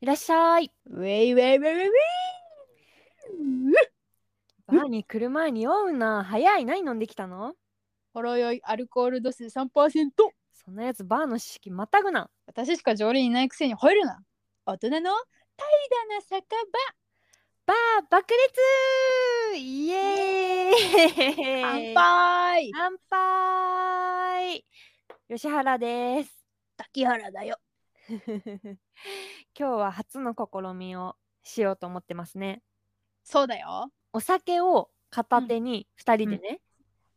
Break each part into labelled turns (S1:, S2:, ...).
S1: いらっしゃい。
S2: ウェイウェイウェイウェイウェイ
S1: バーに来る前に酔うな。早い。何飲んできたの
S2: ほろ酔いアルコール度数3%
S1: そんなやつバーの知識またぐな。
S2: 私しか常連いないくせに吠えるな大人の怠惰な酒
S1: バー爆裂イエーイ
S2: 場乾杯
S1: 乾杯吉原です。
S2: 滝原だよ
S1: 今日は初の試みをしようと思ってますね。
S2: そうだよ、
S1: お酒を片手に2人でね、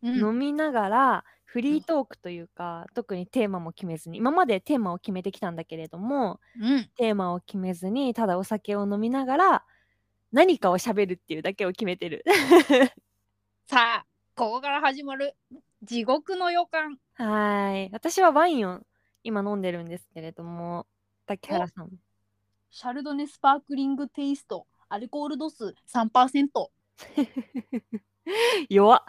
S2: うん、
S1: 飲みながらフリートークというか、特にテーマも決めずに今までテーマを決めてきたんだけれども
S2: うん
S1: テーマを決めずにただお酒を飲みながら何かを喋るっていうだけを決めてる。
S2: さあここから始まる地獄の予感
S1: はーい私はワインを今飲んでるんですけれども竹原さん
S2: シャルドネスパークリングテイストアルコール度数3%しょ
S1: 弱っ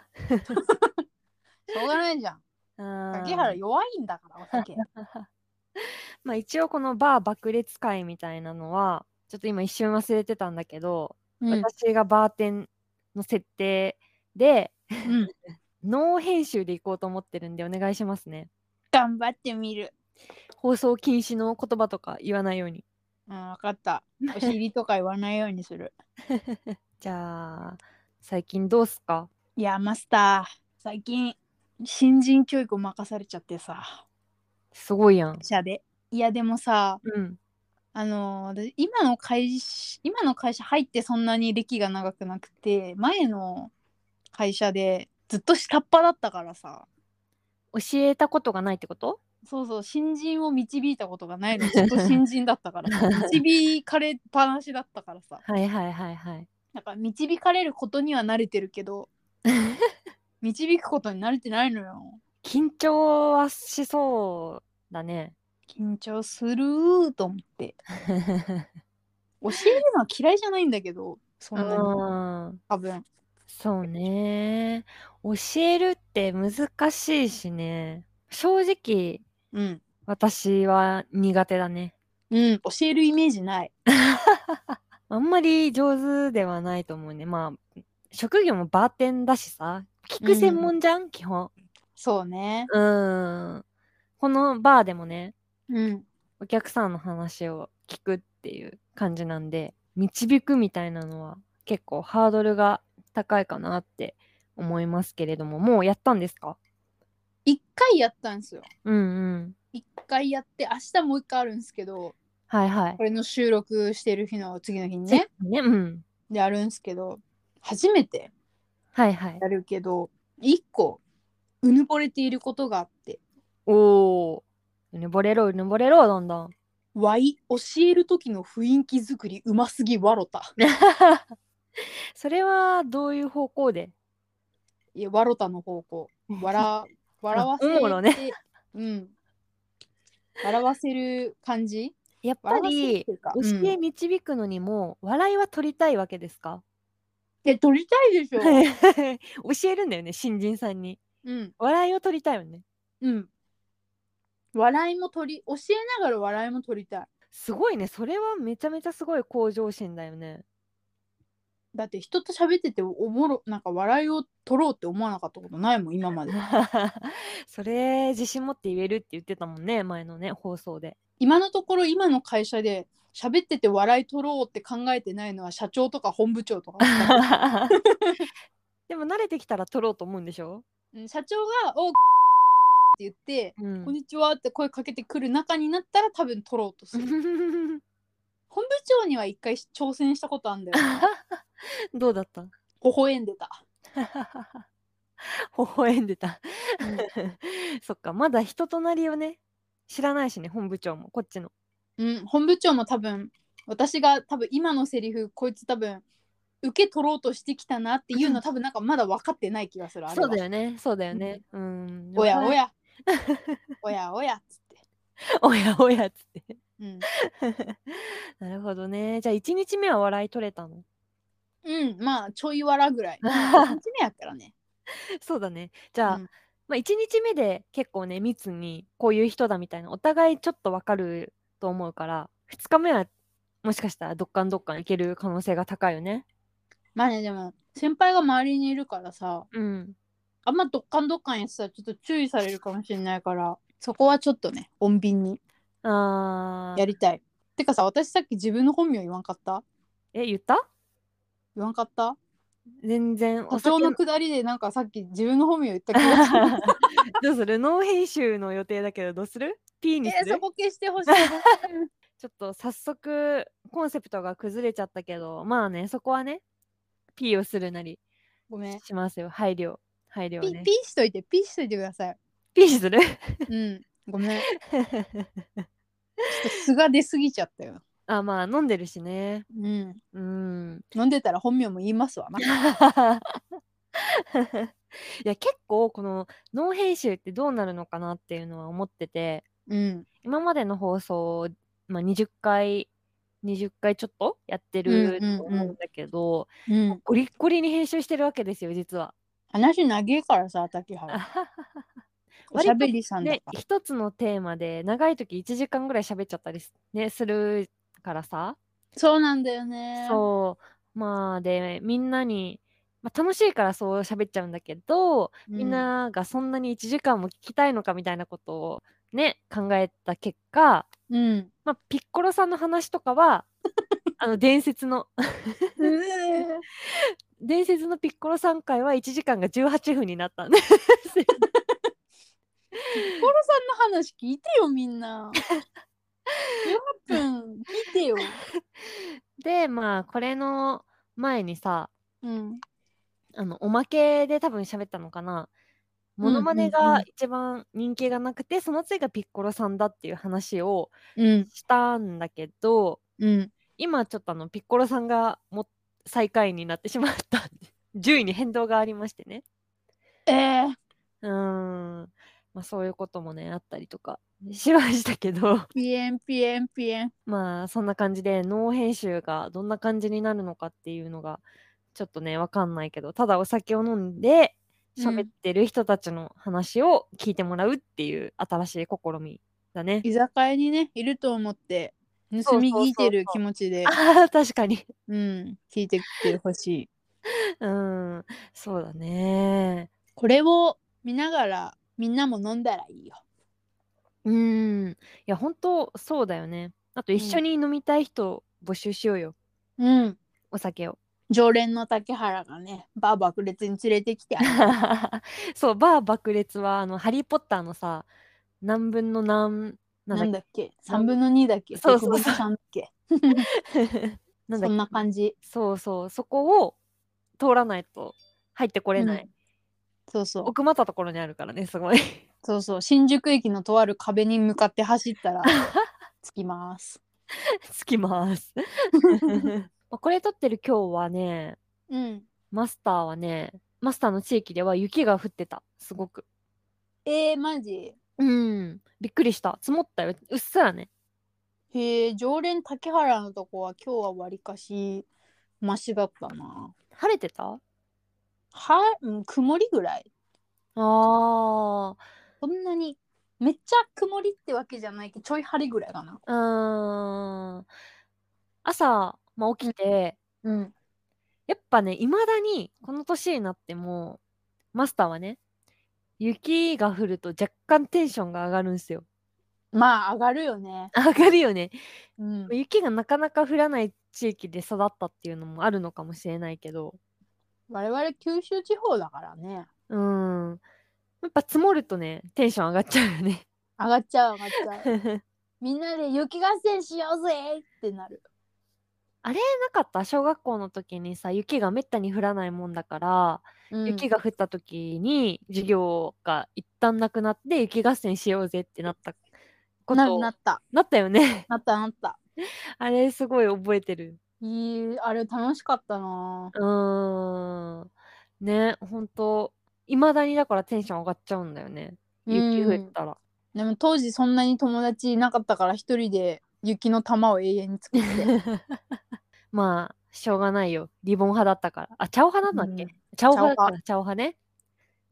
S2: うがないじ ゃん
S1: 竹
S2: 滝原弱いんだからお 酒
S1: まあ一応このバー爆裂会みたいなのはちょっと今一瞬忘れてたんだけど、
S2: うん
S1: 私がバーテンの設定で
S2: うん
S1: ノー編集で行こうと思ってるんでお願いしますね。
S2: 頑張ってみる
S1: 放送禁止の言葉とか言わないように。
S2: うん分かったお尻とか言わないようにする
S1: じゃあ最近どうすか
S2: いやマスター最近新人教育を任されちゃってさ
S1: すごいやん。
S2: 社でいやでもさ
S1: うん。
S2: あのー私今の会社今の会社入ってそんなに歴が長くなくて前の会社でずっと下っ端だったからさ
S1: 教えたことがないってこと
S2: そうそう新人を導いたことがないのずっと新人だったからさ導かれっぱなしだったからさ
S1: はいはいはい はい。
S2: なんか導かれることには慣れてるけど導くことに慣れてないのよ
S1: 緊張はしそうだね。
S2: 緊張するーと思 って教えるのは嫌いじゃないんだけどそんなに
S1: うん。
S2: 多分
S1: そうね。教えるって難しいしね。正直、
S2: うん
S1: 私は苦手だね。
S2: うん教えるイメージない
S1: あんまり上手ではないと思うね。まあ、職業もバーテンだしさ、聞く専門じゃん、基本。
S2: そうね
S1: うん。このバーでもね、
S2: うん
S1: お客さんの話を聞くっていう感じなんで、導くみたいなのは結構ハードルが高いかなって思いますけれども、もうやったんですか
S2: 一回やったんですよ
S1: うんうん。
S2: 一回やって明日もう一回あるんですけど
S1: はいはい
S2: こ。れの収録してる日の次の日に
S1: ね
S2: ね。
S1: ね、うん。
S2: であるんですけど初めて
S1: はいはい。
S2: やるけど一個うぬぼれていることがあって
S1: おお。うぬぼれろ、うぬぼれろ、どんどん。
S2: わい教える時の雰囲気作りうますぎわろた
S1: それはどういう方向で
S2: いやわろたの方 向わら笑わせ
S1: おもろね
S2: てうん笑わせる感じ
S1: やっぱ
S2: 笑わせるっ
S1: り
S2: ていうか、
S1: 教
S2: うん
S1: え導くのにも笑いは取りたいわけですか、
S2: え取りたいでしょ
S1: 教えるんだよね新人さんに
S2: うん
S1: 笑いを取りたいよね
S2: うん笑いも取り教えながら笑いも取りたい
S1: すごいねそれはめちゃめちゃすごい向上心だよね
S2: だって人と喋ってておもろなんか笑いを取ろうって思わなかったことないもん今まで
S1: それ自信持って言えるって言ってたもんね前のね放送で
S2: 今のところ今の会社で喋ってて笑い取ろうって考えてないのは社長とか本部長とか
S1: でも慣れてきたら取ろうと思うんでしょ、
S2: うん社長が「おうって言って
S1: う
S2: 「
S1: ん
S2: こんにちは」って声かけてくる中になったら多分取ろうとする本部長には一回挑戦したことあんだよ
S1: どうだった
S2: 微笑んでた、
S1: 微笑んでた
S2: うん
S1: そっかまだ人となりをね知らないしね本部長もこっちの
S2: うん、本部長も多分私が多分今のセリフこいつ多分受け取ろうとしてきたなっていうの多分なんかまだ分かってない気がするあれは
S1: そうだよねそうだよねうん
S2: おやお
S1: や
S2: やおやおやっつって、
S1: おやおやっつって
S2: うん
S1: なるほどねじゃあ1日目は笑い取れたの
S2: うん、まあちょい笑ぐ らい1日目やからね
S1: そうだねじゃあ、
S2: うん
S1: まあ、1日目で結構ね密にこういう人だみたいなお互いちょっとわかると思うから2日目はもしかしたらどっかんどっかん行ける可能性が高いよね。
S2: まあねでも先輩が周りにいるからさ
S1: うん。
S2: あんまどっかんどっかんやってたらちょっと注意されるかもしれないからそこはちょっとね穏便に
S1: あ
S2: や
S1: ー
S2: りたいてかさ私さっき自分の本名言わんかった
S1: え、言った
S2: 言わんかった
S1: 全然お
S2: 課
S1: 酒
S2: 長のくだりでなんかさっき自分の本名言った気が する
S1: どうするノー編集の予定だけどどうする ?P にす
S2: え
S1: る、
S2: そこ消してほしい
S1: ちょっと早速コンセプトが崩れちゃったけどまあねそこはね P をするなり
S2: ごめん
S1: しますよ配慮配慮を
S2: ピ
S1: ね
S2: ピーしといてピーしといてください
S1: P する
S2: うんごめんちょ っと素が出すぎちゃったよ
S1: あまあ飲んでるしね
S2: うん
S1: うん
S2: 飲んでたら本名も言いますわな
S1: いや結構このノー編集ってどうなるのかなっていうのは思ってて
S2: うん
S1: 今までの放送、まあ、20回20回ちょっとやって
S2: うんうんうん
S1: ると思うんだけど、
S2: うん
S1: ゴリッゴリに編集してるわけですよ実は。
S2: 話長えからさ竹原おしゃべりさん だ
S1: ね
S2: から、
S1: 一つのテーマで長い時1時間ぐらい喋っちゃったりす,、ね、するからさ、
S2: そうなんだよね
S1: そうまあでみんなに、まあ、楽しいからそう喋っちゃうんだけど、
S2: うん
S1: みんながそんなに1時間も聞きたいのかみたいなことをね考えた結果、
S2: うん
S1: まあ、ピッコロさんの話とか はあの伝説の 伝説のピッコロさん回は1時間が18分になったんです よ
S2: コロさんの話聞いてよみんな。18分聞いてよ。
S1: でまあこれの前にさ
S2: うん。
S1: あのおまけで多分喋ったのかな
S2: んう
S1: モ
S2: んうん
S1: ノマネが一番人気がなくて、その次がピッコロさんだっていう話を
S2: うん。
S1: したんだけど
S2: うん。
S1: 今ちょっとあのピッコロさんがも最下位になってしまったん で10位に変動がありましてね
S2: ええ
S1: うー
S2: ー、
S1: ん、まあ、そういうこともねあったりとかしましたけど
S2: ピエンピエンピエン。
S1: まあそんな感じで脳編集がどんな感じになるのかっていうのがちょっとねわかんないけどただお酒を飲んで
S2: う
S1: 喋っ
S2: ん
S1: てる人たちの話を聞いてもらうっていう新しい試みだね。
S2: 居酒屋にね、いると思って、
S1: そ
S2: 盗
S1: うそうそう
S2: み聞いてる気持ちで、
S1: ああ 確かに。
S2: うん、聞いてきてほしい。
S1: うんそうだね。
S2: これを見ながら、みんなも飲んだらいいよ。
S1: うんいや本当そうだよね。あと一緒に飲みたい人を募集しようよ、
S2: うん。
S1: お酒を。
S2: 常連の竹原がね、バー爆裂に連れてきてあげる
S1: そうバー爆裂はあのハリー・ポッターのさ何分の何 な
S2: なん
S1: んだっ
S2: だっけ ?3 分の2だっけ
S1: そうそうそう
S2: 153だっけ
S1: け なんだっ
S2: そん
S1: け
S2: な感じ。
S1: そうそうそこを通らないと入ってこれない、
S2: うんそうそう。
S1: 奥まったところにあるからねすごい
S2: そうそう新宿駅のとある壁に向かって走った ら着きます。
S1: つきます まあこれ撮ってる今日はね
S2: うん。
S1: マスターはねマスターの地域では雪が降ってたすごく
S2: えー、マジ
S1: うんびっくりした積もったようっすらね
S2: へえ常連竹原のとこは今日はわりかしマシだったな。
S1: 晴れてた
S2: は、うん、曇りぐらい。
S1: あー
S2: そんなにめっちゃ曇りってわけじゃないけどちょい晴れぐらいかな。
S1: うーん朝、まあ、起きて、
S2: うん。
S1: やっぱねいまだにこの年になってもマスターはね雪が降ると若干テンションが上がるんですよ。
S2: まあ上がるよね。
S1: 上がるよね。
S2: うん。
S1: 雪がなかなか降らない地域で育ったっていうのもあるのかもしれないけど
S2: 我々九州地方だからね。
S1: うーんやっぱ積もるとねテンション上がっちゃうよね。
S2: 上がっちゃう上がっ ちゃう。みんなで雪合戦しようぜってなる。
S1: なかった小学校の時にさ雪がめったに降らないもんだから、
S2: うん
S1: 雪が降った時に授業が一旦なくなって雪合戦しようぜってなったこ
S2: な
S1: と
S2: るなった。
S1: なったよね。
S2: なったなった。
S1: あれすごい覚えてる。
S2: いいあれ楽しかったな
S1: うーん。ね、ほんと。いまだにだからテンション上がっちゃうんだよね。雪降ったら。
S2: でも当時そんなに友達いなかったから一人で雪の玉を永遠に作って
S1: まあ、しょうがないよ。リボン派だったから。あ、チャオ派なんだっけ、
S2: うん
S1: チャオ派だから、チャオ派ね。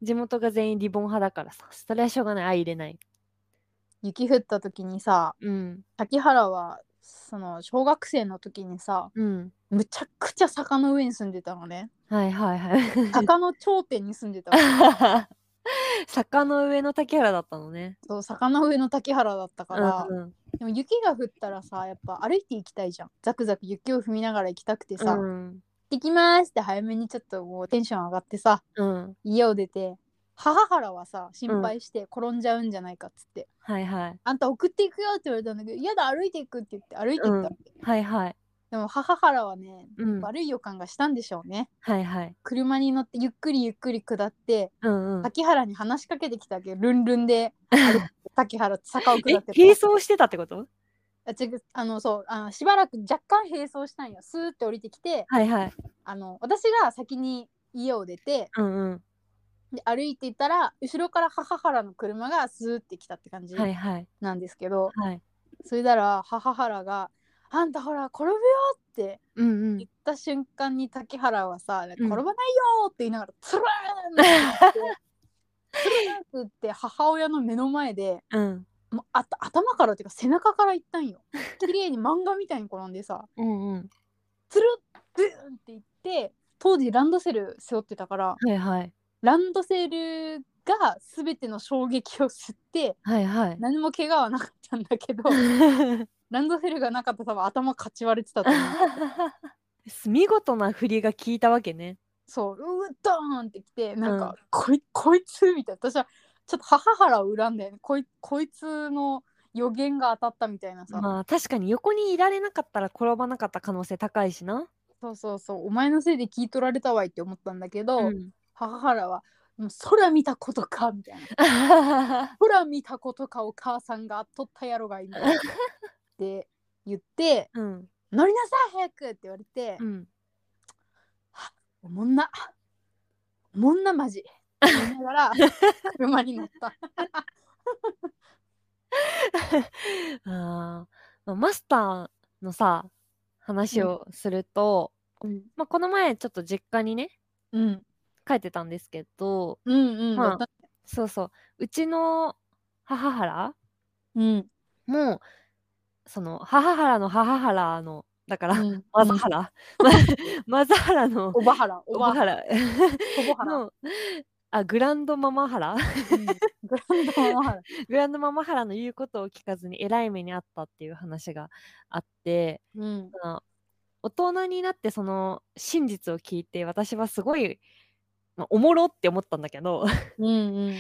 S1: 地元が全員リボン派だからさ。それはしょうがない。相入れない。
S2: 雪降った時にさ
S1: うん。
S2: 滝原はその小学生の時にさ
S1: うん。
S2: むちゃくちゃ坂の上に住んでたのね
S1: はいはい は
S2: 坂の頂点に住んでた わ
S1: い。坂の上の竹原だったのね。
S2: そう坂の上の竹原だったから、
S1: うんうん
S2: でも雪が降ったらさやっぱ歩いて行きたいじゃんザクザク雪を踏みながら行きたくてさ「行
S1: うん
S2: ってきます」って早めにちょっともうテンション上がってさ
S1: うん。
S2: 家を出て母原はさ心配して転んじゃうんじゃないかっつって
S1: はいはい。
S2: 「あんた送っていくよ」って言われたんだけど「嫌だ歩いていく」って言って歩いていったわけ、
S1: はいはい。
S2: でも母原はね
S1: うん。
S2: 悪い予感がしたんでしょうね
S1: はいはい。
S2: 車に乗ってゆっくりゆっくり下って
S1: うんうん。
S2: 滝原に話しかけてきたわけどルンルンで滝原坂を
S1: え
S2: 下って、
S1: 並走してたってこと
S2: あ違うあのそうあのしばらく若干並走したんよスーって降りてきて
S1: はいはい。
S2: あの私が先に家を出て
S1: うんうん。
S2: で歩いていたら後ろから母原の車がスーって来たって感じ
S1: はいはい。
S2: なんですけど、
S1: はい。
S2: それなら母原が「あんたほら転ぶよ」って
S1: うんうん
S2: 言っ。た瞬間に滝原はさ「転ばないよ」って言いながら「つるーん!」って言って母親の目の前で
S1: うん。
S2: もうあた頭からっていうか背中から行ったんよ。綺麗に漫画みたいに転んでさ
S1: うんうん。
S2: つるっブーンって言って当時ランドセル背負ってたから
S1: はいはい。
S2: ランドセルが全ての衝撃を吸って
S1: はいはい。
S2: 何も怪我はなかったんだ けどランドセルがなかったら多分頭かち割れてたと思う。
S1: 見事な振りが効いたわけね。
S2: そううードーンってきてなん
S1: う
S2: か、
S1: ん
S2: こいこいつみたいな私はちょっと母原を恨んだよねこいこいつの予言が当たったみたいなさ、
S1: まあ確かに横にいられなかったら転ばなかった可能性高いしな。
S2: そうそうそうお前のせいで聞い取られたわいって思ったんだけど、
S1: うん、
S2: 母原は「もう空見たことか」みたいな「空見たことかお母さんが取ったやろがい」みたいなって言って
S1: うん。
S2: 「乗りなさい早く!」って言われて
S1: うん。
S2: 「おもんなおもんなマジ」って言いながら車に乗った。
S1: あーまあ、マスターのさ話をすると、
S2: うん
S1: まあ、この前ちょっと実家にね
S2: うん
S1: 帰ってたんですけど
S2: うんうん、
S1: まあそうそううちの母原
S2: うん
S1: もその母原の母原のだから、
S2: うん
S1: マザハ ラ、マザハラの
S2: おばはら、
S1: お
S2: おば
S1: ば
S2: は
S1: は
S2: ら、
S1: ら
S2: おばはら、
S1: のあグランドママハラ
S2: うんグランドおばはら。
S1: グランドママハラの言うことを聞かずに偉い目にあったっていう話があって
S2: うん、
S1: その大人になってその真実を聞いて私はすごい、まあおもろって思ったんだけど
S2: うん、うん、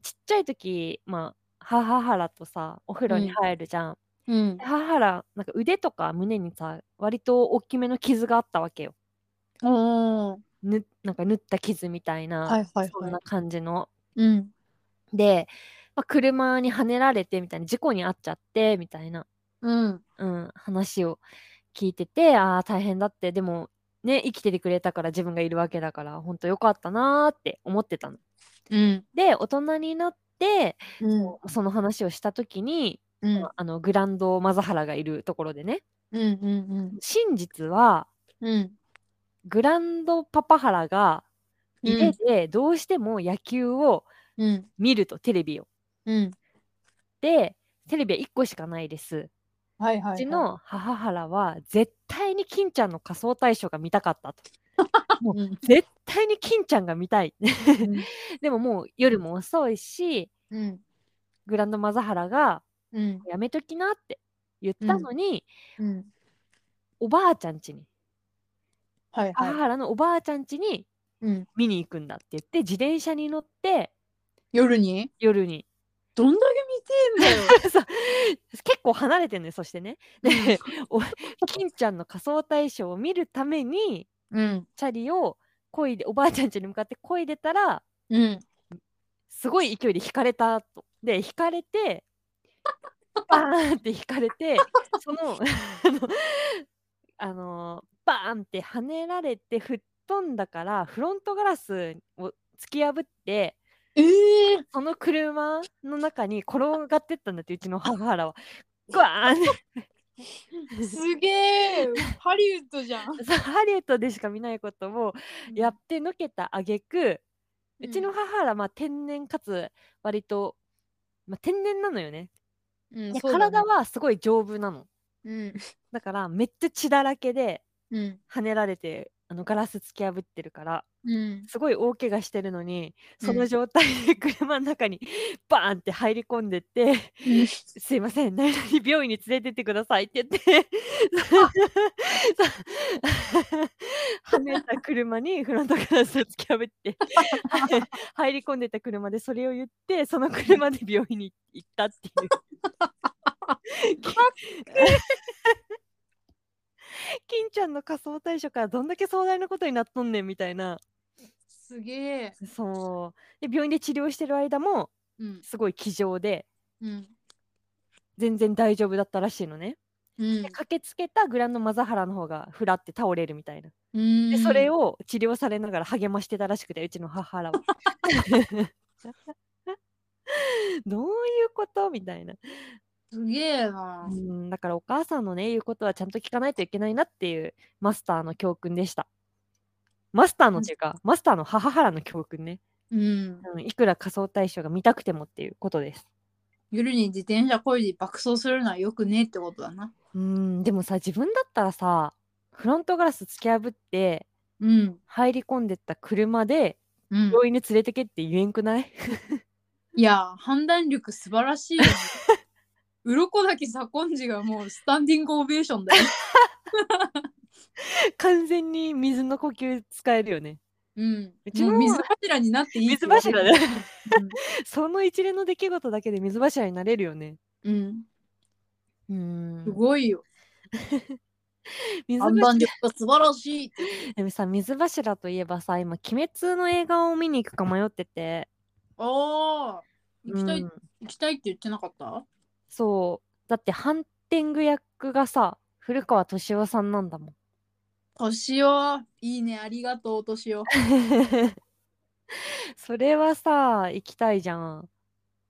S1: ちっちゃい時まあ母原とさお風呂に
S2: うん
S1: 入るじゃん、
S2: うん、
S1: 母原なんか腕とか胸にさ割と大きめの傷があったわけよ
S2: おー
S1: ぬなんか縫った傷みたいな、
S2: はいはい
S1: そ
S2: は
S1: ん
S2: い
S1: な。感じの。
S2: うん、
S1: で、まあ、車にはねられてみたいな事故に遭っちゃってみたいな、
S2: うん、
S1: うん、話を聞いててああ大変だってでもね生きててくれたから自分がいるわけだから本当よかったなーって思ってたの。
S2: うん、
S1: で大人になって
S2: うん、
S1: その話をした時に、
S2: うん、
S1: あのグランドマザハラがいるところでね
S2: うん、うん、
S1: 真実は
S2: うん、
S1: グランドパパハラが家でどうしても野球を
S2: うん、
S1: 見るとテレビを。
S2: うん、
S1: でテレビは1個しかないです。
S2: はいはいは
S1: う
S2: い。
S1: ちの母原は絶対に金ちゃんの仮装大賞が見たかったと。もう
S2: うん、
S1: 絶対に金ちゃんが見たい。
S2: うん
S1: でももう夜も遅いし、
S2: うん、
S1: グランドマザハラが
S2: うん、
S1: やめときなって言ったのに、
S2: うん、
S1: おばあちゃん家に、
S2: はい
S1: 母
S2: は
S1: 原のおばあちゃん家に
S2: い。うん、
S1: 見に行くんだって言って、自転車に乗って
S2: 夜に
S1: 夜に。
S2: どんだけ見てんだよ。
S1: そう結構離れてんねそしてね。で、お金ちゃんの仮装大賞を見るために、
S2: うん、
S1: チャリを漕いでおばあちゃん家に向かって漕いでたら
S2: うん、
S1: すごい勢いで引かれたと。で引かれてバーンって引かれてその あのあのバーンって跳ねられて吹っ飛んだからフロントガラスを突き破って
S2: ええー、
S1: その車の中に転がってったんだってうちの母原は。グワーンって
S2: すげえ、ハリウッドじゃん。
S1: そうハリウッドでしか見ないことをやってのけた挙句うちの母はまあ天然かつ割と、まあ、天然なのよね。
S2: うん、
S1: で
S2: そうだね
S1: 体はすごい丈夫なの。
S2: うん。
S1: だからめっちゃ血だらけで
S2: うん。
S1: 跳ねられてあのガラス突き破ってるから
S2: うん。
S1: すごい大怪我してるのにそうの
S2: ん
S1: 状態で 車の中にバーンって入り込んでって、すいません何々病院に連れてってくださいって言って はねた車にフロントガラスを突き破って入り込んでた車でそれを言ってその車で病院に行ったっていうき 金ちゃんの仮想対象からどんだけ壮大なことになっとんねんみたいな
S2: すげえ。
S1: そうで病院で治療してる間も
S2: うん。
S1: すごい気丈で
S2: うん。
S1: 全然大丈夫だったらしいのね。
S2: うん
S1: で駆けつけたグランドマザハラの方がふらって倒れるみたいな。
S2: うん
S1: でそれを治療されながら励ましてたらしくてうちの母 らは。どういうことみたいな、
S2: すげえな
S1: う。ん。だからお母さんのね言うことはちゃんと聞かないといけないなっていうマスターの教訓でした。マスターのっていうか、マスターの母原の教訓ね、
S2: うん。
S1: うん。いくら仮想対象が見たくてもっていうことです。
S2: 夜に自転車こいで爆走するのはよくねえってことだな。
S1: うんでもさ自分だったらさフロントガラス突き破って
S2: うん。
S1: 入り込んでった車で
S2: うん。
S1: 病院に連れてけって言えんくない
S2: いや、判断力素晴らしいよ、ね。 鱗だけ左近次がもうスタンディングオベーションだよ。
S1: 完全に水の呼吸使えるよね
S2: うん。
S1: うちの
S2: もう水柱になっていいっ
S1: 水
S2: てこと
S1: 柱でその一連の出来事だけで水柱になれるよね
S2: うん。うん
S1: う
S2: す
S1: ん
S2: ごいよ。
S1: 水
S2: 判断
S1: 柱
S2: 力が素晴らしいって。
S1: でもさ水柱といえばさ今「鬼滅」の映画を見に行くか迷ってて、
S2: ああ。行きたい、
S1: うん
S2: 行きたいって言ってなかった
S1: そうだってハンティング役がさ古川敏夫さんなんだもん
S2: 年をいいね、ありがとう、年を。
S1: それはさ行きたいじゃん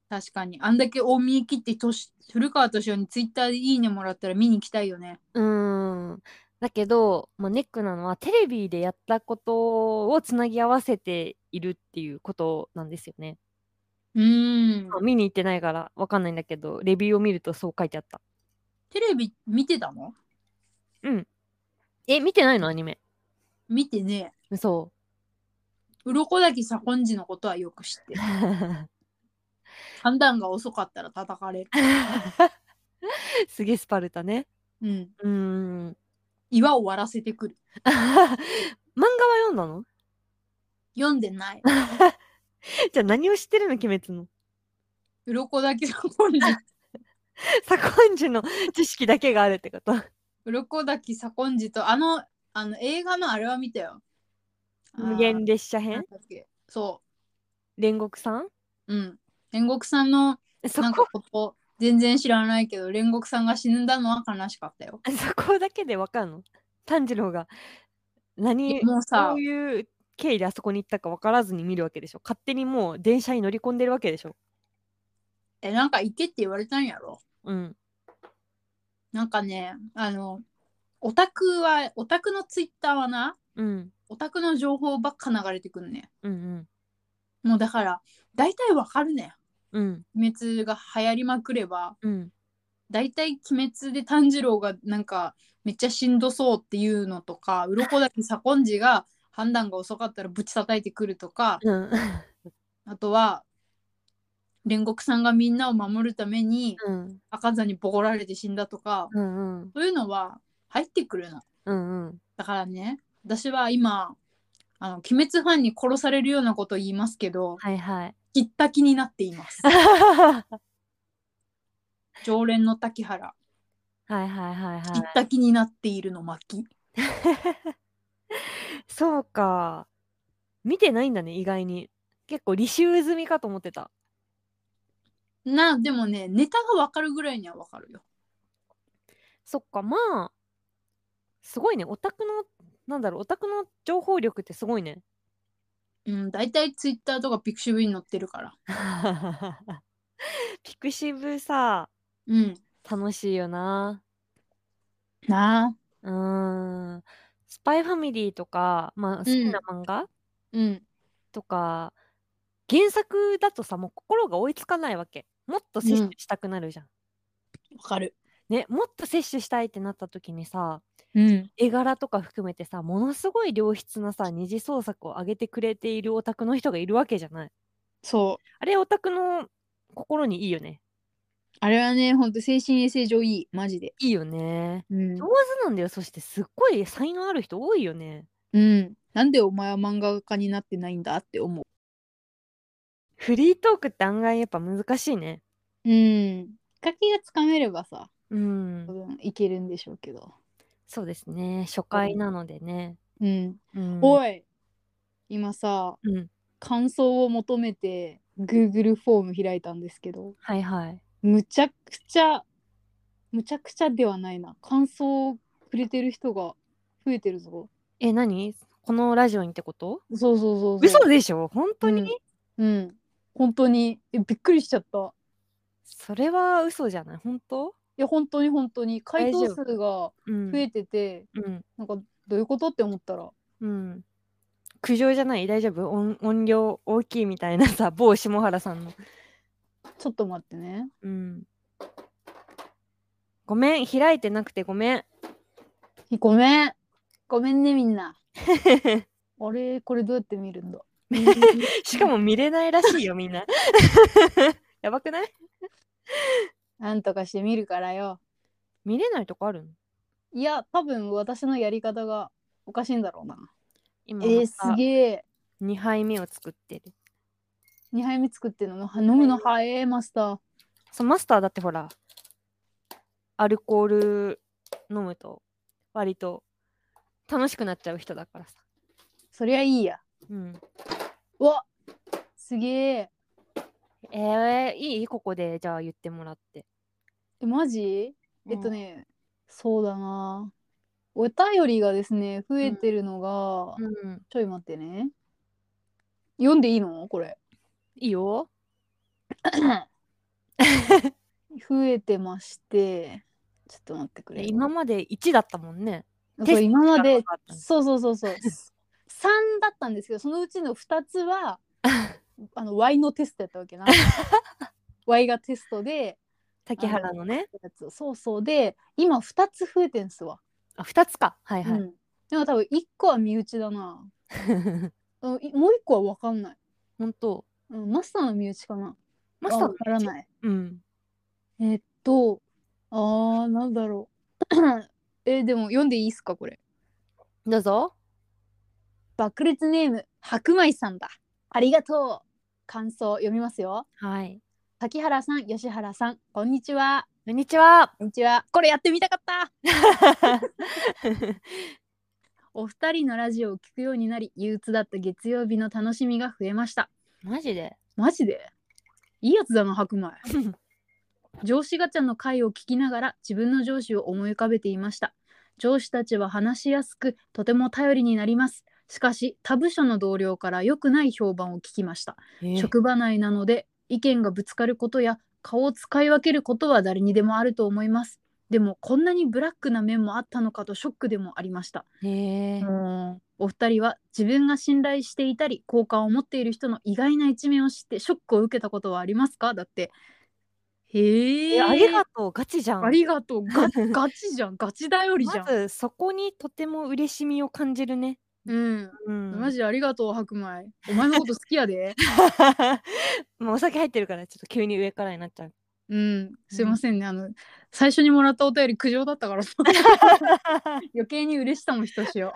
S2: 確かに。あんだけ大見切って、年古川敏夫にツイッターでいいねもらったら見に行きたいよね。
S1: うーんだけど、まあ、ネックなのはテレビでやったことをつなぎ合わせているっていうことなんですよね、
S2: うーん
S1: まあ。見に行ってないからわかんないんだけどレビューを見るとそう書いてあった
S2: テレビ見てたの
S1: え見てないのアニメ
S2: 見てね
S1: 嘘
S2: 鱗滝左近次のことはよく知ってる判断が遅かったら叩かれる。
S1: すげえスパルタね
S2: うん。
S1: うーん
S2: 岩を割らせてくる。
S1: 漫画は読んだの
S2: 読んでない。
S1: じゃあ何を知ってるの鬼滅の
S2: 鱗滝左近次。
S1: 左近次の知識だけがあるってこと
S2: 鱗滝左近次とあの、あの映画のあれは見たよ。あー
S1: 無限列車
S2: な
S1: 編
S2: んだっけそ
S1: 煉獄さん
S2: う。うん。煉獄さんの
S1: そ
S2: なん
S1: こ
S2: かこと全然知らないけど煉獄さんが死んだのは悲しかったよ。
S1: そこだけでわかんの炭治郎が
S2: い
S1: 何
S2: やもうさ
S1: どういう経緯であそこに行ったか分からずに見るわけでしょ勝手にもう電車に乗り込んでるわけでしょ
S2: えなんか行けって言われたんやろ。
S1: うん
S2: なんかねあのオタクはオタクのツイッターはな
S1: うん
S2: オタクの情報ばっか流れてくんね。
S1: うん
S2: もうだから大体わかる
S1: う
S2: ね。
S1: んうん
S2: 鬼滅が流行りまくれば
S1: うん
S2: 大体鬼滅で炭治郎がなんかめっちゃしんどそうっていうのとか鱗だけ左近次が判断が遅かったらぶち叩いてくるとか
S1: うん
S2: あとは煉獄さんがみんなを守るために
S1: うん
S2: 赤座にボコられて死んだとか
S1: うんうん
S2: そういうのは入ってくるの。
S1: うんうん
S2: だからね私は今あの鬼滅ファンに殺されるようなことを言いますけど
S1: はいはい
S2: 切った気になっています。常連の滝原
S1: はいはいはい
S2: 切っ
S1: は
S2: た気になっているの巻
S1: いそうか見てないんだね意外に結構履修済みかと思ってた
S2: なでもねネタが分かるぐらいには分かるよ
S1: そっかまあすごいねオタクのなんだろうオタクの情報力ってすごいね
S2: うん大体ツイッターとかピクシブに載ってるから
S1: ピクシブさ
S2: うん
S1: 楽しいよな
S2: なあ
S1: うーんスパイファミリーとかまあ好きな漫画、
S2: うん
S1: とか原作だとさもう心が追いつかないわけもっと摂取したくなるじゃん、
S2: 分かる
S1: ね、もっと摂取したいってなった時にさ
S2: うん、
S1: 絵柄とか含めてさものすごい良質なさ二次創作を上げてくれているオタクの人がいるわけじゃない
S2: そう
S1: あれオタクの心にいいよね
S2: あれはねほんと精神衛生上いいマジで
S1: いいよね
S2: うん
S1: 上手なんだよそしてすっごい才能ある人多いよね
S2: うん、なんでお前は漫画家になってないんだって思う
S1: フリートークって案外やっぱ難しいね
S2: うんきっかけがつかめればさ
S1: うん
S2: 多分いけるんでしょうけど
S1: そうですね初回なのでね、
S2: うん、
S1: うん、
S2: おい今さ
S1: うん
S2: 感想を求めて Google フォーム開いたんですけど
S1: はいはい
S2: むちゃくちゃむちゃくちゃではないな感想をくれてる人が増えてるぞ
S1: え何このラジオにってこと
S2: そうそうそうそう
S1: 嘘でしょ本当に、
S2: うんうん本当にえびっくりしちゃった
S1: それは嘘じゃない本当
S2: いや本当に本当に回答
S1: 大丈夫
S2: 数が増
S1: うん
S2: えてて、
S1: うん
S2: なんかどういうことって思ったら
S1: うん苦情じゃない大丈夫音音量大きいみたいなさ某下原さんの
S2: ちょっと待ってね
S1: うんごめん開いてなくてごめん
S2: ごめんごめんねみんなあれこれどうやって見る んだ
S1: しかも見れないらしいよみんなやばくない
S2: なんとかして見るからよ
S1: 見れないとこあるの
S2: いや多分私のやり方がおかしいんだろうな
S1: 今
S2: えー、すげえ
S1: 2杯目を作ってる
S2: 2杯目作ってるのは飲むの早えマスター
S1: そうマスターだってほらアルコール飲むと割と楽しくなっちゃう人だからさ
S2: そりゃいいや
S1: うん
S2: うわすげえ
S1: えー、いいここでじゃあ言ってもらって
S2: えマジえっと
S1: うん
S2: ね、そうだなお便りがですね増えてるのが、
S1: うん
S2: ちょい待ってね読んでいいのこれ
S1: いいよ
S2: 増えてましてちょっと待ってくれ
S1: 今まで1だったもんね
S2: そう
S1: テスト
S2: 今まで
S1: 力があったんだ
S2: そうそうそうそう3だったんですけどそのうちの2つは あの Y のテストやったわけな Y がテストで
S1: 竹原のね
S2: やつそうそうで今2つ増えてんすわ、
S1: あ2つかはいは
S2: う
S1: い、
S2: んでも多分1個は身内だなうんいもう1個は分かんない、
S1: 本当
S2: うん、マスターの身内かな
S1: マスター
S2: あ分から
S1: い
S2: ない
S1: うん
S2: えっとあーなんだろう えでも読んでいいっすかこれ
S1: どうぞ
S2: 爆裂ネーム白米さんだありがとう感想読みますよ
S1: はい
S2: 滝原さん吉原さんこんにちは
S1: こんにちは
S2: こんにちはこれやってみたかったお二人のラジオを聞くようになり憂鬱だった月曜日の楽しみが増えました
S1: マジで
S2: マジでいいやつだな白米上司ガチャの回を聞きながら自分の上司を思い浮かべていました上司たちは話しやすくとても頼りになりますしかし他部署の同僚から良くない評判を聞きました職場内なので意見がぶつかることや顔を使い分けることは誰にでもあると思いますでもこんなにブラックな面もあったのかとショックでもありました
S1: へえ
S2: お二人は自分が信頼していたり好感を持っている人の意外な一面を知ってショックを受けたことはありますかだってへ
S1: え
S2: え
S1: ありがとうガチじゃん
S2: ありがと うガガチじゃんガチ頼りじゃん、
S1: まずそこにとても嬉しみを感じるね。
S2: うん
S1: うん、
S2: マジありがとう白米お前のこと好きやで
S1: もうお酒入ってるからちょっと急に上からになっ ちゃう。
S2: うんすいませんねあの最初にもらったお便り苦情だっ たからさ余計に嬉しさもひとしおい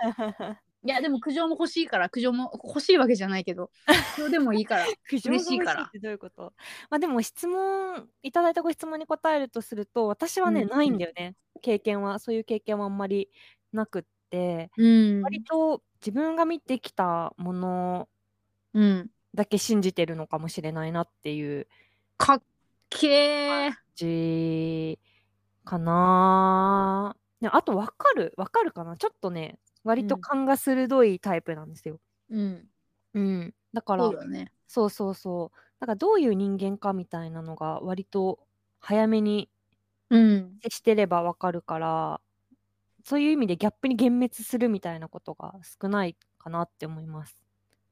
S2: やでも苦情も欲しいから苦情も欲しいわけじゃないけ ど苦情でもいいから
S1: 苦情が
S2: 嬉しいから
S1: 欲ってどういうことまあでも質問いただいたご質問に答えるとすると私はね、
S2: うん
S1: ないんだよね経験はそういう経験はあんまりなくって、
S2: うん
S1: 割と自分が見てきたもの
S2: うん
S1: だけ信じてるのかもしれないなっていう
S2: かっけー
S1: 感じかなねあと分かる分かるかなちょっとね割と
S2: うん
S1: 勘が鋭いタイプなんですよ、
S2: うん
S1: うん、だから
S2: そうだね
S1: そうそうそうだからどういう人間かみたいなのが割と早めに
S2: うん
S1: 接してれば分かるからそういう意味でギャップに幻滅するみたいなことが少ないかなって思います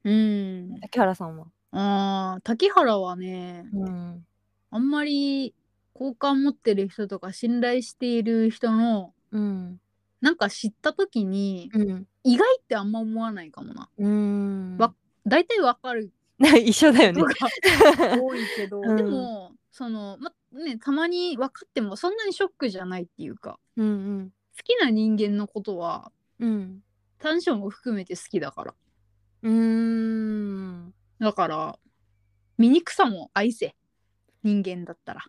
S2: うん
S1: 竹原さんは、
S2: あー滝原はね
S1: うん、
S2: あんまり好感持ってる人とか信頼している人の
S1: うん。
S2: なんか知った時に
S1: うん。
S2: 意外ってあんま思わないかもな
S1: うん。
S2: わ大体わかる
S1: 一緒だよね
S2: 人。が多いけど、
S1: うん
S2: でもその、まね、たまに分かってもそんなにショックじゃないっていうか
S1: うん
S2: 好きな人間のことは
S1: うん。うん。
S2: 短所も含めて好きだから
S1: うーん。
S2: だから醜さも愛せ人間だったら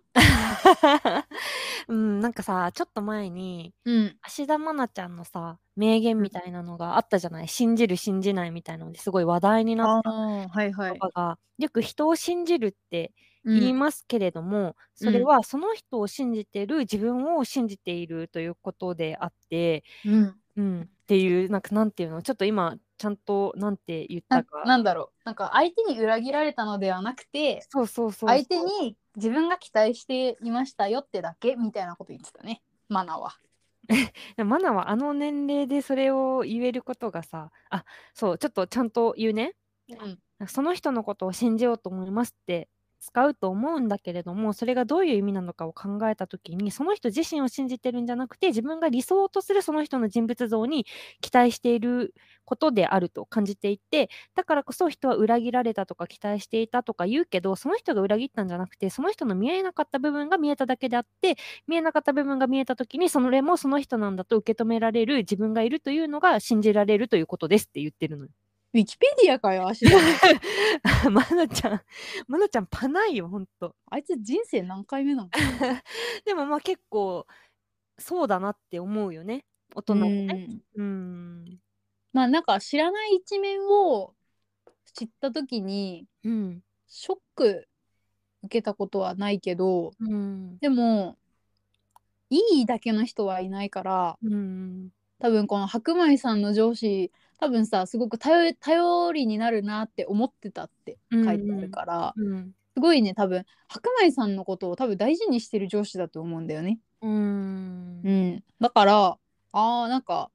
S1: うん、なんかさ、ちょっと前に、
S2: うん
S1: 芦田愛菜ちゃんのさ、名言みたいなのがあったじゃない、信じる、信じないみたいなのですごい話題にな
S2: あ
S1: った
S2: あはいはい
S1: 言葉が、よく人を信じるって
S2: うん
S1: 言いますけれども、それ
S2: うん
S1: はその人を信じてる自分を信じているということであって、
S2: うん
S1: うん、っていうなんかなんていうのちょっと今ちゃんとなんて言った
S2: なん
S1: か
S2: なんだろうなんか相手に裏切られたのではなくて
S1: そうそうそう
S2: 相手に自分が期待していましたよってだけみたいなこと言ってたねマナは。
S1: でもマナはあの年齢でそれを言えることがさあそうちょっとちゃんと言うね
S2: うん
S1: その人のことを信じようと思いますって使うと思うんだけれどもそれがどういう意味なのかを考えた時にその人自身を信じてるんじゃなくて自分が理想とするその人の人物像に期待していることであると感じていてだからこそ人は裏切られたとか期待していたとか言うけどその人が裏切ったんじゃなくてその人の見えなかった部分が見えただけであって見えなかった部分が見えた時にそれもその人なんだと受け止められる自分がいるというのが信じられるということですって言ってるのよ。
S2: ウィキペディアかよ足だ
S1: マナちゃん、マナちゃんパないよ、ほんと。
S2: あいつ人生何回目なの
S1: でもまあ結構、そうだなって思うよね、大人もね。うん。
S2: まあなんか知らない一面を知った時に
S1: うん。
S2: ショック受けたことはないけど
S1: うん。
S2: でもいいだけの人はいないから
S1: うん。
S2: 多分この白米さんの上司多分さすごく頼頼りになるなって思ってたって書いてあるから、
S1: うん。
S2: すごいね多分白米さんのことを多分大事にしてる上司だと思うんだよね。
S1: うん
S2: う。ん、だからあーなんか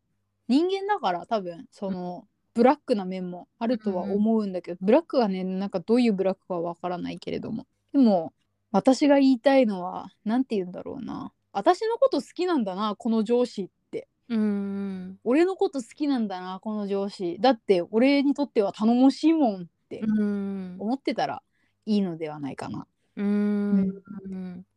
S2: 人間だから多分その、ブラックな面もあるとは思うんだけど、ブラックがねなんかどういうブラックかわからないけれどもでも私が言いたいのは何て言うんだろうな私のこと好きなんだなこの上司って
S1: うん。
S2: 俺のこと好きなんだなこの上司だって俺にとっては頼もしいもんって
S1: うん。
S2: 思ってたらいいのではないかな。
S1: うん。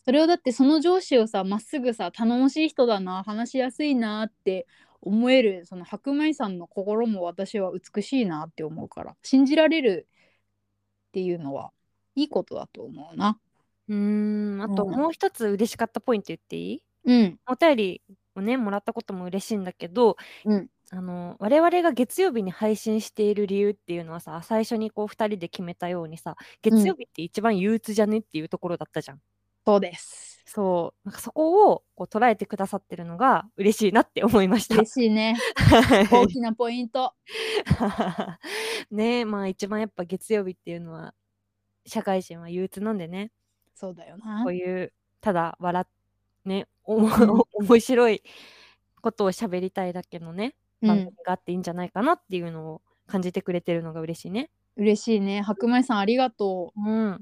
S2: それをだってその上司をさまっすぐさ頼もしい人だな話しやすいなって思えるその白米さんの心も私は美しいなって思うから信じられるっていうのはいいことだと思うな。
S1: うん。あともう一つ嬉しかったポイント言っていい
S2: うん、
S1: お便りをね、もらったことも嬉しいんだけど、
S2: うん
S1: あの我々が月曜日に配信している理由っていうのはさ最初にこう2人で決めたようにさ月曜日って一番憂鬱じゃねっていうところだったじゃん。
S2: そうです。
S1: そうなんかそこをこう捉えてくださってるのが嬉しいなって思いました。
S2: 嬉し いね大きなポイント。
S1: ねえまあ一番やっぱ月曜日っていうのは社会人は憂鬱なんでね
S2: そうだよな
S1: こう。いうただ笑っねお も
S2: ん
S1: 面白いことを喋りたいだけのね
S2: う
S1: 番組
S2: ん、
S1: があっていいんじゃないかなっていうのを感じてくれてるのが嬉しいね。
S2: 嬉しいね白米さんありがと
S1: うん、あ
S2: う。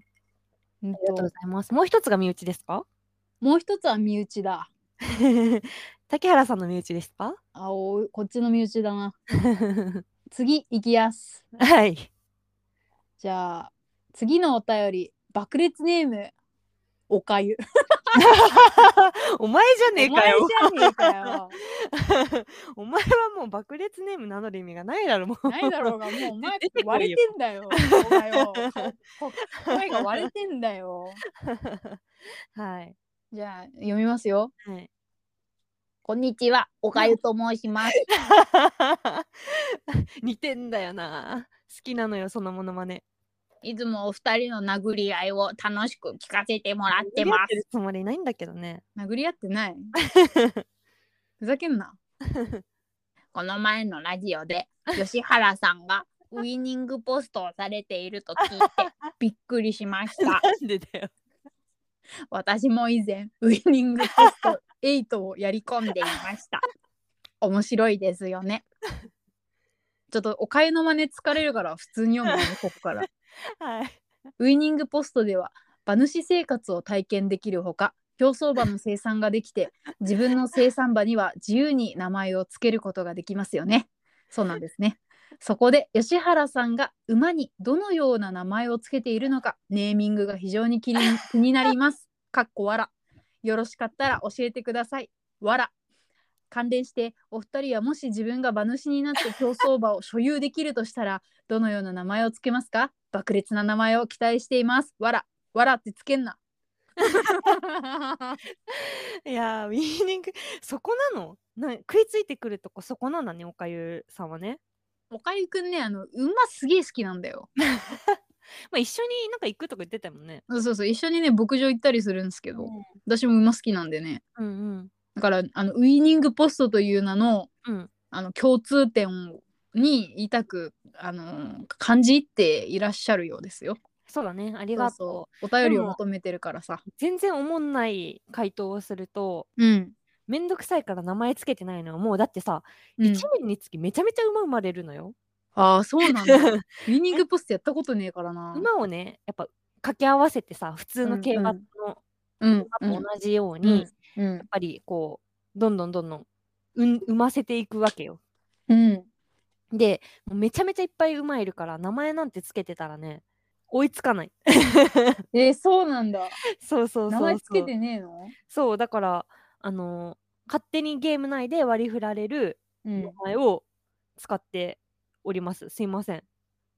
S2: う
S1: り
S2: ん
S1: がとうご
S2: と
S1: ざいます。もう一つが身内ですか
S2: もう一つは身内だ。
S1: 竹原さんの身内です か
S2: あおこっちの身内だな。次いきやす。
S1: はい。
S2: じゃあ次のお便り爆裂ネームおかゆ
S1: お前じゃねえ
S2: お
S1: か
S2: 前
S1: よ。
S2: じゃねえかよ
S1: お前はもう爆裂ネーム名乗る意味がないだろ、もう。
S2: ないだろ うがもうお前
S1: 出てこいよ
S2: 割れてんだよおかよ声が割れてんだよ
S1: はい。
S2: じゃあ読みますよ
S1: はい。
S2: こんにちはおかゆと申します
S1: 似てんだよな。好きなのよ、そのモノマネ。
S2: いつもお二人の殴り合いを楽しく聞かせてもらってま
S1: やて
S2: す
S1: るつもりないんだけど ね。
S2: 殴り合ってないふざけんなこの前のラジオで吉原さんがウイニングポストをされていると聞いてびっくりしました
S1: なんでだよ。
S2: 私も以前ウイニングポスト8をやり込んでいました面白いですよねちょっとおかゆの真似疲れるから普通に読むねここから
S1: はい。
S2: ウイニングポストでは馬主生活を体験できるほか競走馬の生産ができて自分の生産馬には自由に名前を付けることができますよね。そうなんですね。そこで吉原さんが馬にどのような名前を付けているのかネーミングが非常に気に気になります。かっこわら。よろしかったら教えてください。わら。関連してお二人はもし自分が馬主になって競走馬を所有できるとしたらどのような名前を付けますか爆裂な名前を期待しています。わら。わらってつけ んな。
S1: いやー、ウィーニング、そこなのな食いついてくるとこそこなんだね、おかゆさんはね。
S2: おかゆくんね、あの、馬すげえ好きなんだよ。
S1: まあ、一緒になんか行くとか言ってたもんね。
S2: そうそう、一緒にね、牧場行ったりするんですけど、私も馬好きなんでね。
S1: うんうん。
S2: だから、あの、ウィーニングポストという名の、
S1: うん
S2: あの、共通点をに痛く、あのー感じ入っていらっしゃるようですよ。
S1: そうだね、あり
S2: そ
S1: が
S2: う
S1: とう。
S2: そう。お便り
S1: で
S2: を
S1: も
S2: 求めてるからさ。
S1: 全然おもんない回答をすると、
S2: うん。
S1: めんどくさいから名前つけてないのは、もうだってさ、
S2: うん
S1: 1、年につきめちゃめちゃ馬生まれるのよ。
S2: ああ、そうなんだ。 ウィーニングポストやったことねえからな。
S1: 馬をね、やっぱ掛け合わせてさ、普通の競馬
S2: うん
S1: の
S2: ううん。
S1: 馬と同じよう
S2: う
S1: に、や
S2: ん。う
S1: っ。
S2: ん
S1: ぱりこう、どんどんどんどん、うん、産ませていくわけよ。
S2: うん。
S1: で、もうめちゃめちゃいっぱい馬いるから、名前なんてつけてたらね、追いつかない。
S2: えー、そうなんだ。
S1: そうそうそうそう。
S2: 名前つけてねえの
S1: そう、だから、あのー勝手にゲーム内で割り振られる
S2: うん
S1: 名。前を使っております。すいません。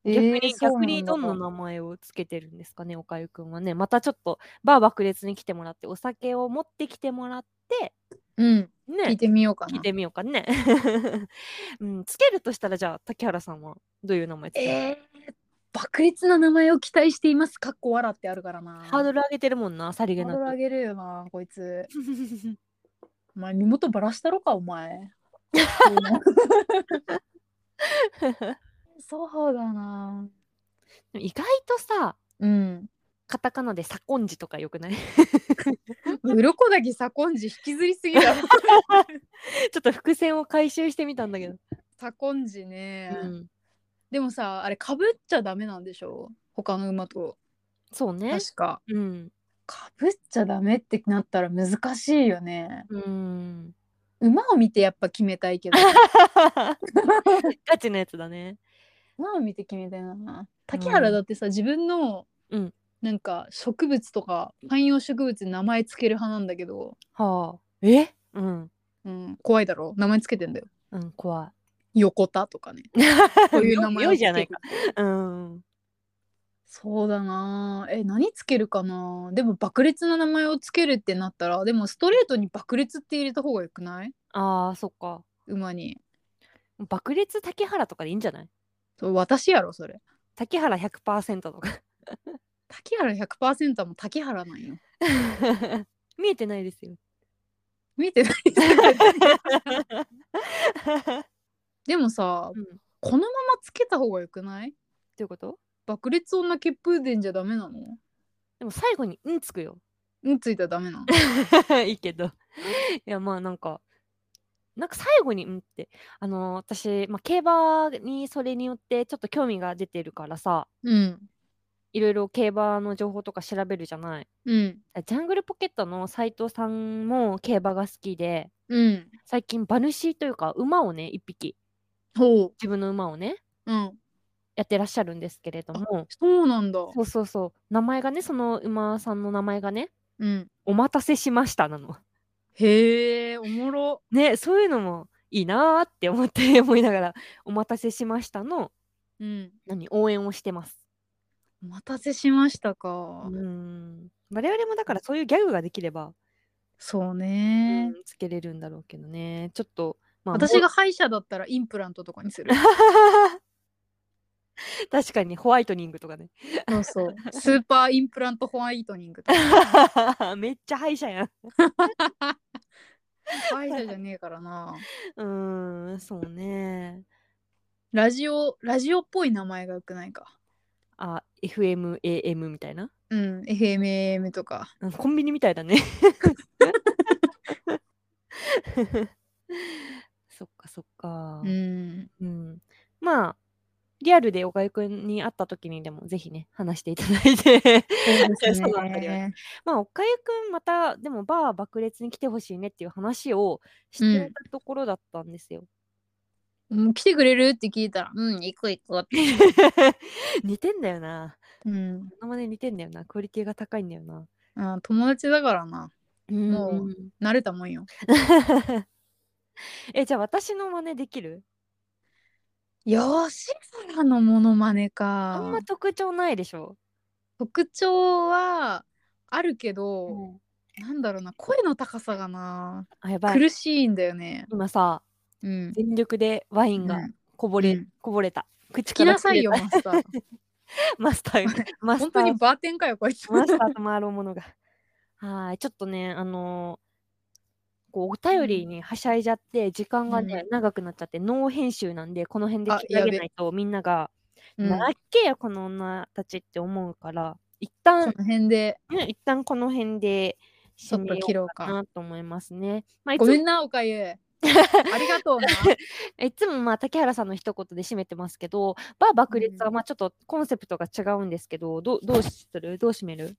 S2: えー
S1: 逆に、
S2: そう
S1: 逆
S2: なんだ
S1: にどんな名前をつけてるんですかね、おかゆくんはね。またちょっと、バー爆裂に来てもらって、お酒を持ってきてもらって、
S2: うん。聞い
S1: ね、
S2: てみようか
S1: 聞い
S2: な。
S1: てみようかね。 うん、つけるとしたら、じゃあ、竹原さんはどういう名前つける、
S2: えー、爆裂な名前を期待しています。かっこ笑ってあるからな。
S1: ハードル上げてるもんな、さりげ
S2: ハ
S1: な
S2: ード
S1: く
S2: ル。上げるよな、こいつ。お前、身元ばらしたろか、お前。そうだな。
S1: でも意外とさ、
S2: うん。
S1: カタカナでサコンジとかよくない ち
S2: 鱗だけ左根ジ引きずりすぎだろ。
S1: ょ っと伏線を回収してみたんだけど。
S2: 左根ジね、
S1: うん、
S2: でもさ、あれ、かぶっちゃダメなんでしょ他の馬と。
S1: そうね。
S2: 確か。
S1: うん。
S2: かぶっちゃダメってなったら難しいよね。
S1: うん。
S2: 馬を見てやっぱ決めた いけど。
S1: ガチのやつだね。
S2: 馬を見て決めたいな竹原だってさ、自分の、
S1: うん
S2: なんか植物とか観葉植物に名前つける派なんだけど、
S1: はあ。えうん。
S2: うん、怖いだろ名前つけてんだよ
S1: うん、怖
S2: 横田と か
S1: い。
S2: ねこういう名前
S1: 良
S2: を
S1: い
S2: つ
S1: じ
S2: け
S1: ゃない
S2: て
S1: か。うん。
S2: そうだなえ何つけるかなでも爆裂な名前をつけるってなったらでもストレートに爆裂って入れた方がよくない
S1: ああ、そっか。
S2: 馬に
S1: 爆裂竹原とかでいいんじゃない
S2: そう私やろそれ
S1: 竹原100%と か。
S2: 竹原100%はもう竹原なんよ
S1: 見えてないですよ。
S2: 見てないでもさ、
S1: うん
S2: このままつけた方がよくない
S1: ということ
S2: 爆裂女血風伝じゃダメなの
S1: でも最後に「うん」つくよ。
S2: うんついたらダメなの
S1: いいけど。いやまあなんかなんか最後に「うん」ってあのー私、まあ、競馬にそれによってちょっと興味が出てるからさ
S2: うん
S1: いろいろ競馬の情報とか調べるじゃない。
S2: うん
S1: ジャングルポケットの斉藤さんも競馬が好きで
S2: うん
S1: 最近馬主というか馬をね一匹
S2: ほ
S1: 自分の馬をね
S2: ううん
S1: やってらっしゃるんですけれども
S2: そうなんだ
S1: そうそうそう名前がねその馬さんの名前がね
S2: うん
S1: 「お待たせしました」なの。
S2: へえおもろ
S1: ね、そういうのもいいなーって思って思いながら、お待たせしましたの、
S2: うん
S1: 何、応援をしてます。
S2: お待たせしましたか、
S1: うーん。我々もだからそういうギャグができれば、
S2: そう
S1: う
S2: ね、
S1: んつけれるんだろうけどね。ちょっと、まあ、
S2: 私
S1: も
S2: が歯医者だったらインプラントとかにする
S1: う。 確かにホワイトニングとか ね。
S2: そうそうスーパーインプラントホワイトニングとか
S1: めっちゃ歯医者やん。
S2: 歯医者じゃねえからな
S1: うーん、そうね。
S2: ラジオラジオっぽい名前がよくないか
S1: あ、FMAM みたいな。
S2: うん FMAM とか
S1: うんコンビニみたい だね。そっかそっか。
S2: うん
S1: うん、まあリアルでおがゆくんに会った時にでもぜひね話していただいて
S2: そうです
S1: そうなんだよ
S2: ね。
S1: まあおかゆくんまたでもバー爆裂に来てほしいねっていう話をしていたところだったんです よ。
S2: うん来てくれるって聞いたら、うん、行こう行こうって。
S1: 似てんだよな。
S2: うん、
S1: 生まで似てんだよな。クオリティが高いんだよな。
S2: あ友達だからな。もう
S1: うん
S2: 慣れたもんよ。
S1: えじゃあ私の真似できる
S2: 吉原のモノマネ
S1: あ
S2: か。
S1: んま特徴ないでしょ。
S2: 特徴はあるけど、
S1: うん
S2: なんだろうな、声の高さがな、
S1: あやばい。
S2: 苦しいんだよね。
S1: 今さ
S2: うん。
S1: 全力でワインが
S2: うん
S1: こぼれ、
S2: うん
S1: こぼれた。口
S2: 聞きなさいよ、
S1: か
S2: マスター。
S1: ら切れたマスター。マ
S2: 本
S1: スタ
S2: 当
S1: ー
S2: にバーテンかよ、こいつ。
S1: マスターと回ろうものが。はい、ちょっとね、あのーこうお便りにはしゃいじゃって、時間がね、長くなっちゃって、ノー編集なんで、この辺で
S2: あ
S1: 切り上
S2: やべ
S1: げないと、みんなが、
S2: うん
S1: なっけよ、この女たちって思うから、一旦
S2: こ、の辺で、
S1: ね、一旦この辺で、
S2: ちょっと切ろう
S1: か
S2: か。
S1: なと思いますね。まあ、いつ
S2: ごめ
S1: も
S2: んな、おかゆ。あり がとうな。
S1: いつもまあ竹原さんの一言で締めてますけど、バー爆裂は
S2: うん
S1: まあちょっとコンセプトが違うんですけど、どうどうするどう締める、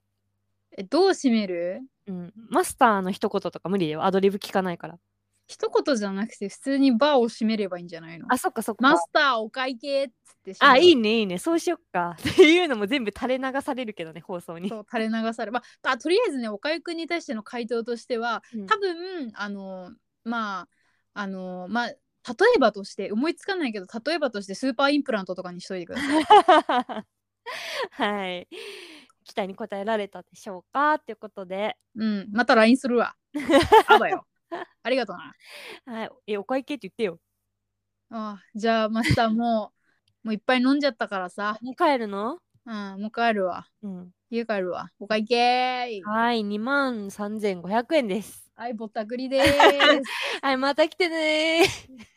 S2: え、どう締める
S1: うん、マスターの一言とか無理だよ。アドリブ聞かないから。
S2: 一言じゃなくて、普通にバーを締めればいいんじゃないの
S1: あ、そっかそっか。
S2: マスター、お会計っつって締め
S1: あ、
S2: る
S1: いいね、いいね。そうしよっか。 っていうのも全部垂れ流されるけどね、放送に。
S2: そう垂れ流され、まあ、あとりあえずねおかゆくんに対しての回答としては
S1: うん
S2: 多分あのまああのまあ例えばとして思いつかないけど例えばとしてスーパーインプラントとかにしといてくだ さい。
S1: はい。期待に応えられたでしょうかということで、
S2: うん、また LINE するわ。あばよ。ありがとうな。
S1: はい、えお会計って言ってよ。
S2: あじゃあマスターもうもういっぱい飲んじゃったからさ、
S1: もう帰るの
S2: うん、もう帰るわ。
S1: うん。
S2: 家帰るわ。お会計
S1: はい、2万3500円です。
S2: はい、ぼったくりでーす。
S1: はい、また来てね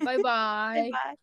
S1: ー。
S2: バイバーイ。
S1: バイ